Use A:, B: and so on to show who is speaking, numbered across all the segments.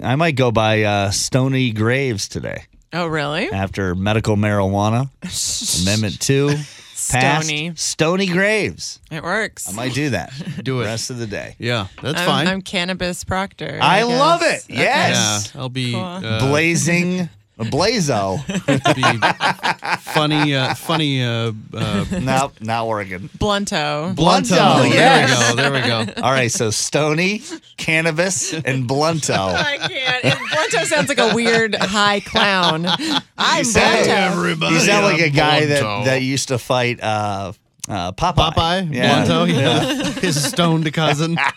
A: I might go by uh, Stony Graves today
B: Oh, really?
A: after medical marijuana amendment two passed.
B: Stony.
A: Stony Graves.
B: It works.
A: I might do that.
C: Do it.
A: Rest of the day.
C: Yeah, that's
B: I'm,
C: fine.
B: I'm cannabis proctor.
A: I
B: guess.
A: love it.
B: Okay.
C: yeah,
A: Yes.
C: I'll be,
B: Cool.
C: uh,
A: Blazing. Blazo.
C: be funny, uh, funny. Uh, uh,
A: nope, not working.
B: Blunto.
C: Blunto.
A: Blunto, yes.
C: There we go. There we go.
A: All right, so Stony, cannabis, and Blunto.
B: I can't. And Blunto sounds like a weird high clown. I'm
A: sound-
B: Blunto.
C: everybody.
A: You sound like a guy that, that used to fight uh, uh, Popeye.
C: Popeye,
A: Yeah.
C: Blunto, yeah. his stoned cousin.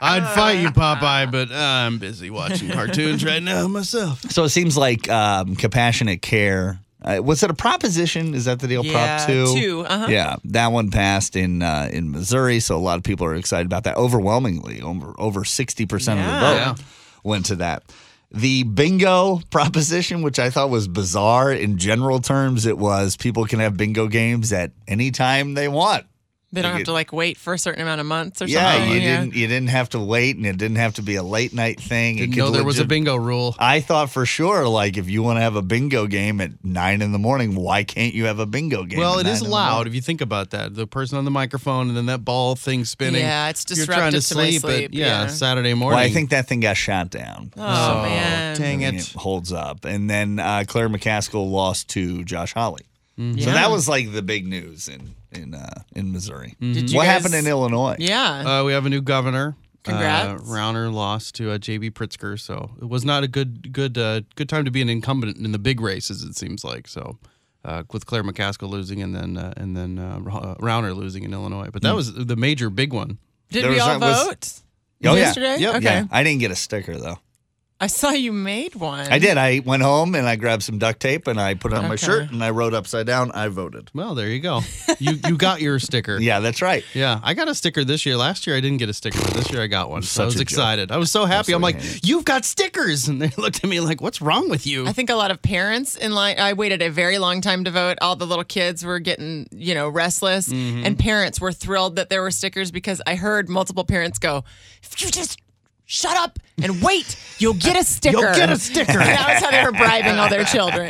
C: I'd fight you, Popeye, but uh, I'm busy watching cartoons right now myself.
A: So it seems like um, compassionate care. Uh, was it a proposition? Is that the deal?
B: Yeah,
A: Prop two.
B: two, uh-huh.
A: Yeah, that one passed in uh, in Missouri, so a lot of people are excited about that. Overwhelmingly, over over sixty percent of the vote
B: Yeah.
A: went to that. The bingo proposition, which I thought was bizarre in general terms, it was people can have bingo games at any time they want.
B: They don't have
A: get-
B: to like wait for a certain amount of months or
A: Yeah,
B: something.
A: you didn't you didn't have to wait, and it didn't have to be a late night thing. It
C: Didn't
A: could
C: know there was a
A: legit-
C: bingo rule.
A: I thought for sure, like, if you want to have a bingo game at nine in the morning, why can't you have a bingo game?
C: Well,
A: at
C: it is
A: nine in the
C: loud
A: morning?
C: if you think about that. The person on the microphone and then that ball thing spinning.
B: Yeah, it's
C: You're trying to
B: disruptive to my
C: sleep,
B: sleep,
C: at, yeah,
B: yeah.
C: Saturday morning.
A: Well, I think that thing got shot down.
B: Oh, man.
C: dang
A: I mean,
C: it.
A: holds up. And then uh, Claire McCaskill lost to Josh Holly.
C: Mm-hmm.
A: So
B: Yeah.
A: that was like the big news in in uh, in Missouri.
C: Mm-hmm.
B: Did you
A: What
B: guys-
A: happened in Illinois?
B: Yeah.
C: Uh, we have a new governor.
B: Congrats.
C: Uh, Rauner lost to uh, J.B. Pritzker, so it was not a good, good, uh, good time to be an incumbent in the big races. It seems like so, uh, with Claire McCaskill losing and then uh, and then uh, Ra- uh, Rauner losing in Illinois. But that
A: Hmm.
C: was the major big one.
B: Did
A: there
B: we
A: was
B: all
A: that- was-
B: vote
A: Oh, yeah.
B: yesterday?
C: Yep.
B: Okay.
A: Yeah, I didn't get a sticker though.
B: I saw you made one.
A: I did. I went home and I grabbed some duct tape and I put on my
B: Okay.
A: shirt and I wrote upside down. I voted.
C: Well, there you go. you you got your sticker.
A: Yeah, that's right.
C: Yeah, I got a sticker this year. Last year I didn't get a sticker, but this year I got one. So
A: Such
C: I was
A: a joke.
C: excited. I was so happy. I'm like, "You've got stickers!" And they looked at me like, "What's wrong with you?"
B: I think a lot of parents in line. I waited a very long time to vote. All the little kids were getting, you know, restless, and parents were thrilled that there were stickers because I heard multiple parents go, "If you just shut up and wait, you'll get a sticker.
C: You'll get a sticker.
B: And that was how they were bribing all their children.